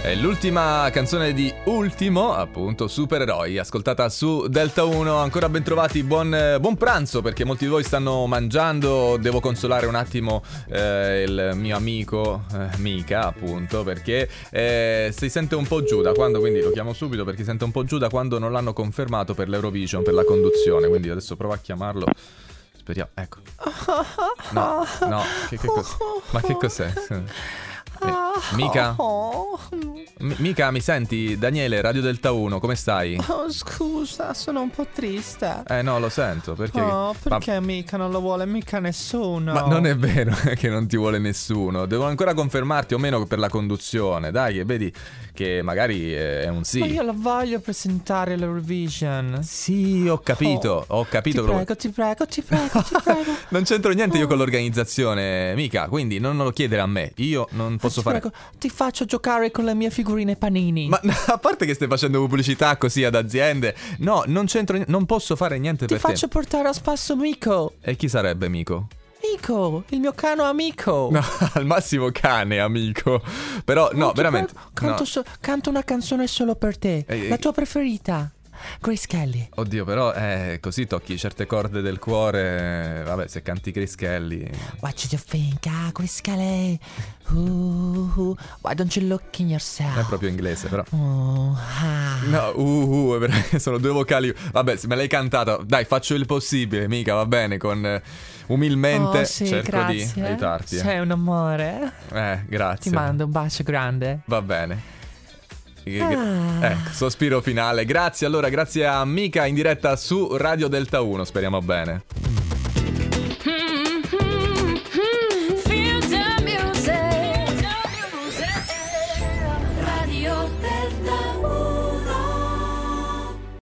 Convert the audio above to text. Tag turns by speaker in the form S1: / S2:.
S1: È l'ultima canzone di Ultimo, appunto, Supereroi, ascoltata su Delta 1. Ancora ben trovati, buon, buon pranzo perché molti di voi stanno mangiando. Devo consolare un attimo eh, il mio amico, eh, Mica, appunto, perché eh, si sente un po' giù da quando, quindi lo chiamo subito perché si sente un po' giù da quando non l'hanno confermato per l'Eurovision, per la conduzione. Quindi adesso provo a chiamarlo. Speriamo, ecco. No, no, che, che cos- ma che cos'è? Eh, Mica?
S2: Oh,
S1: M- Mica, mi senti? Daniele, Radio Delta 1, come stai?
S2: oh, scusa, sono un po' triste.
S1: Eh no, lo sento, perché...
S2: Oh,
S1: Ma-
S2: perché mica non lo vuole mica nessuno?
S1: Ma, non è vero che non ti vuole nessuno, devo ancora confermarti o meno per la conduzione, dai, che vedi che magari eh, è un
S2: Ma
S1: sì.
S2: io la voglio presentare l'Eurovision.
S1: Sì, ho capito, ho capito proprio-
S2: Oh, Ti prego, Oh. ti prego, ti prego, ti prego.
S1: Non c'entro niente io con l'organizzazione, mica, quindi non lo chiedere a me, io non posso
S2: ti
S1: fare...
S2: prego, ti faccio giocare con le mie figurine panini.
S1: Ma a parte che stai facendo pubblicità così ad aziende, no, non c'entro, ni- non posso fare niente
S2: ti
S1: per
S2: faccio portare a spasso Mico.
S1: te. E chi sarebbe, amico?
S2: Mico, il mio cano amico.
S1: No, al massimo cane, amico. Però, no,
S2: Ti
S1: veramente.
S2: prego, Canto,
S1: no.
S2: so- canto una canzone solo per te.
S1: Eh,
S2: la
S1: eh.
S2: tua preferita. Grace Kelly.
S1: Oddio, però, eh, così tocchi certe corde del cuore. Vabbè, se canti Chris Kelly.
S2: What you think, ah, Grace Kelly? Ooh, Uh, why don't you look
S1: Non
S2: in
S1: è
S2: yourself?
S1: proprio inglese, però.
S2: Oh, ah.
S1: No, uh, uh, è ver- sono due vocali. Vabbè, se me l'hai cantata. Dai, faccio il possibile, mica, va bene. Con eh, umilmente
S2: Oh, sì,
S1: cerco
S2: grazie.
S1: di aiutarti. eh.
S2: Sei un amore.
S1: Eh,
S2: Ti
S1: grazie.
S2: mando un bacio grande.
S1: Va bene. Che- che-
S2: Ah.
S1: Ecco, sospiro finale. Grazie, allora, grazie a Mica in diretta su Radio Delta 1. Speriamo bene.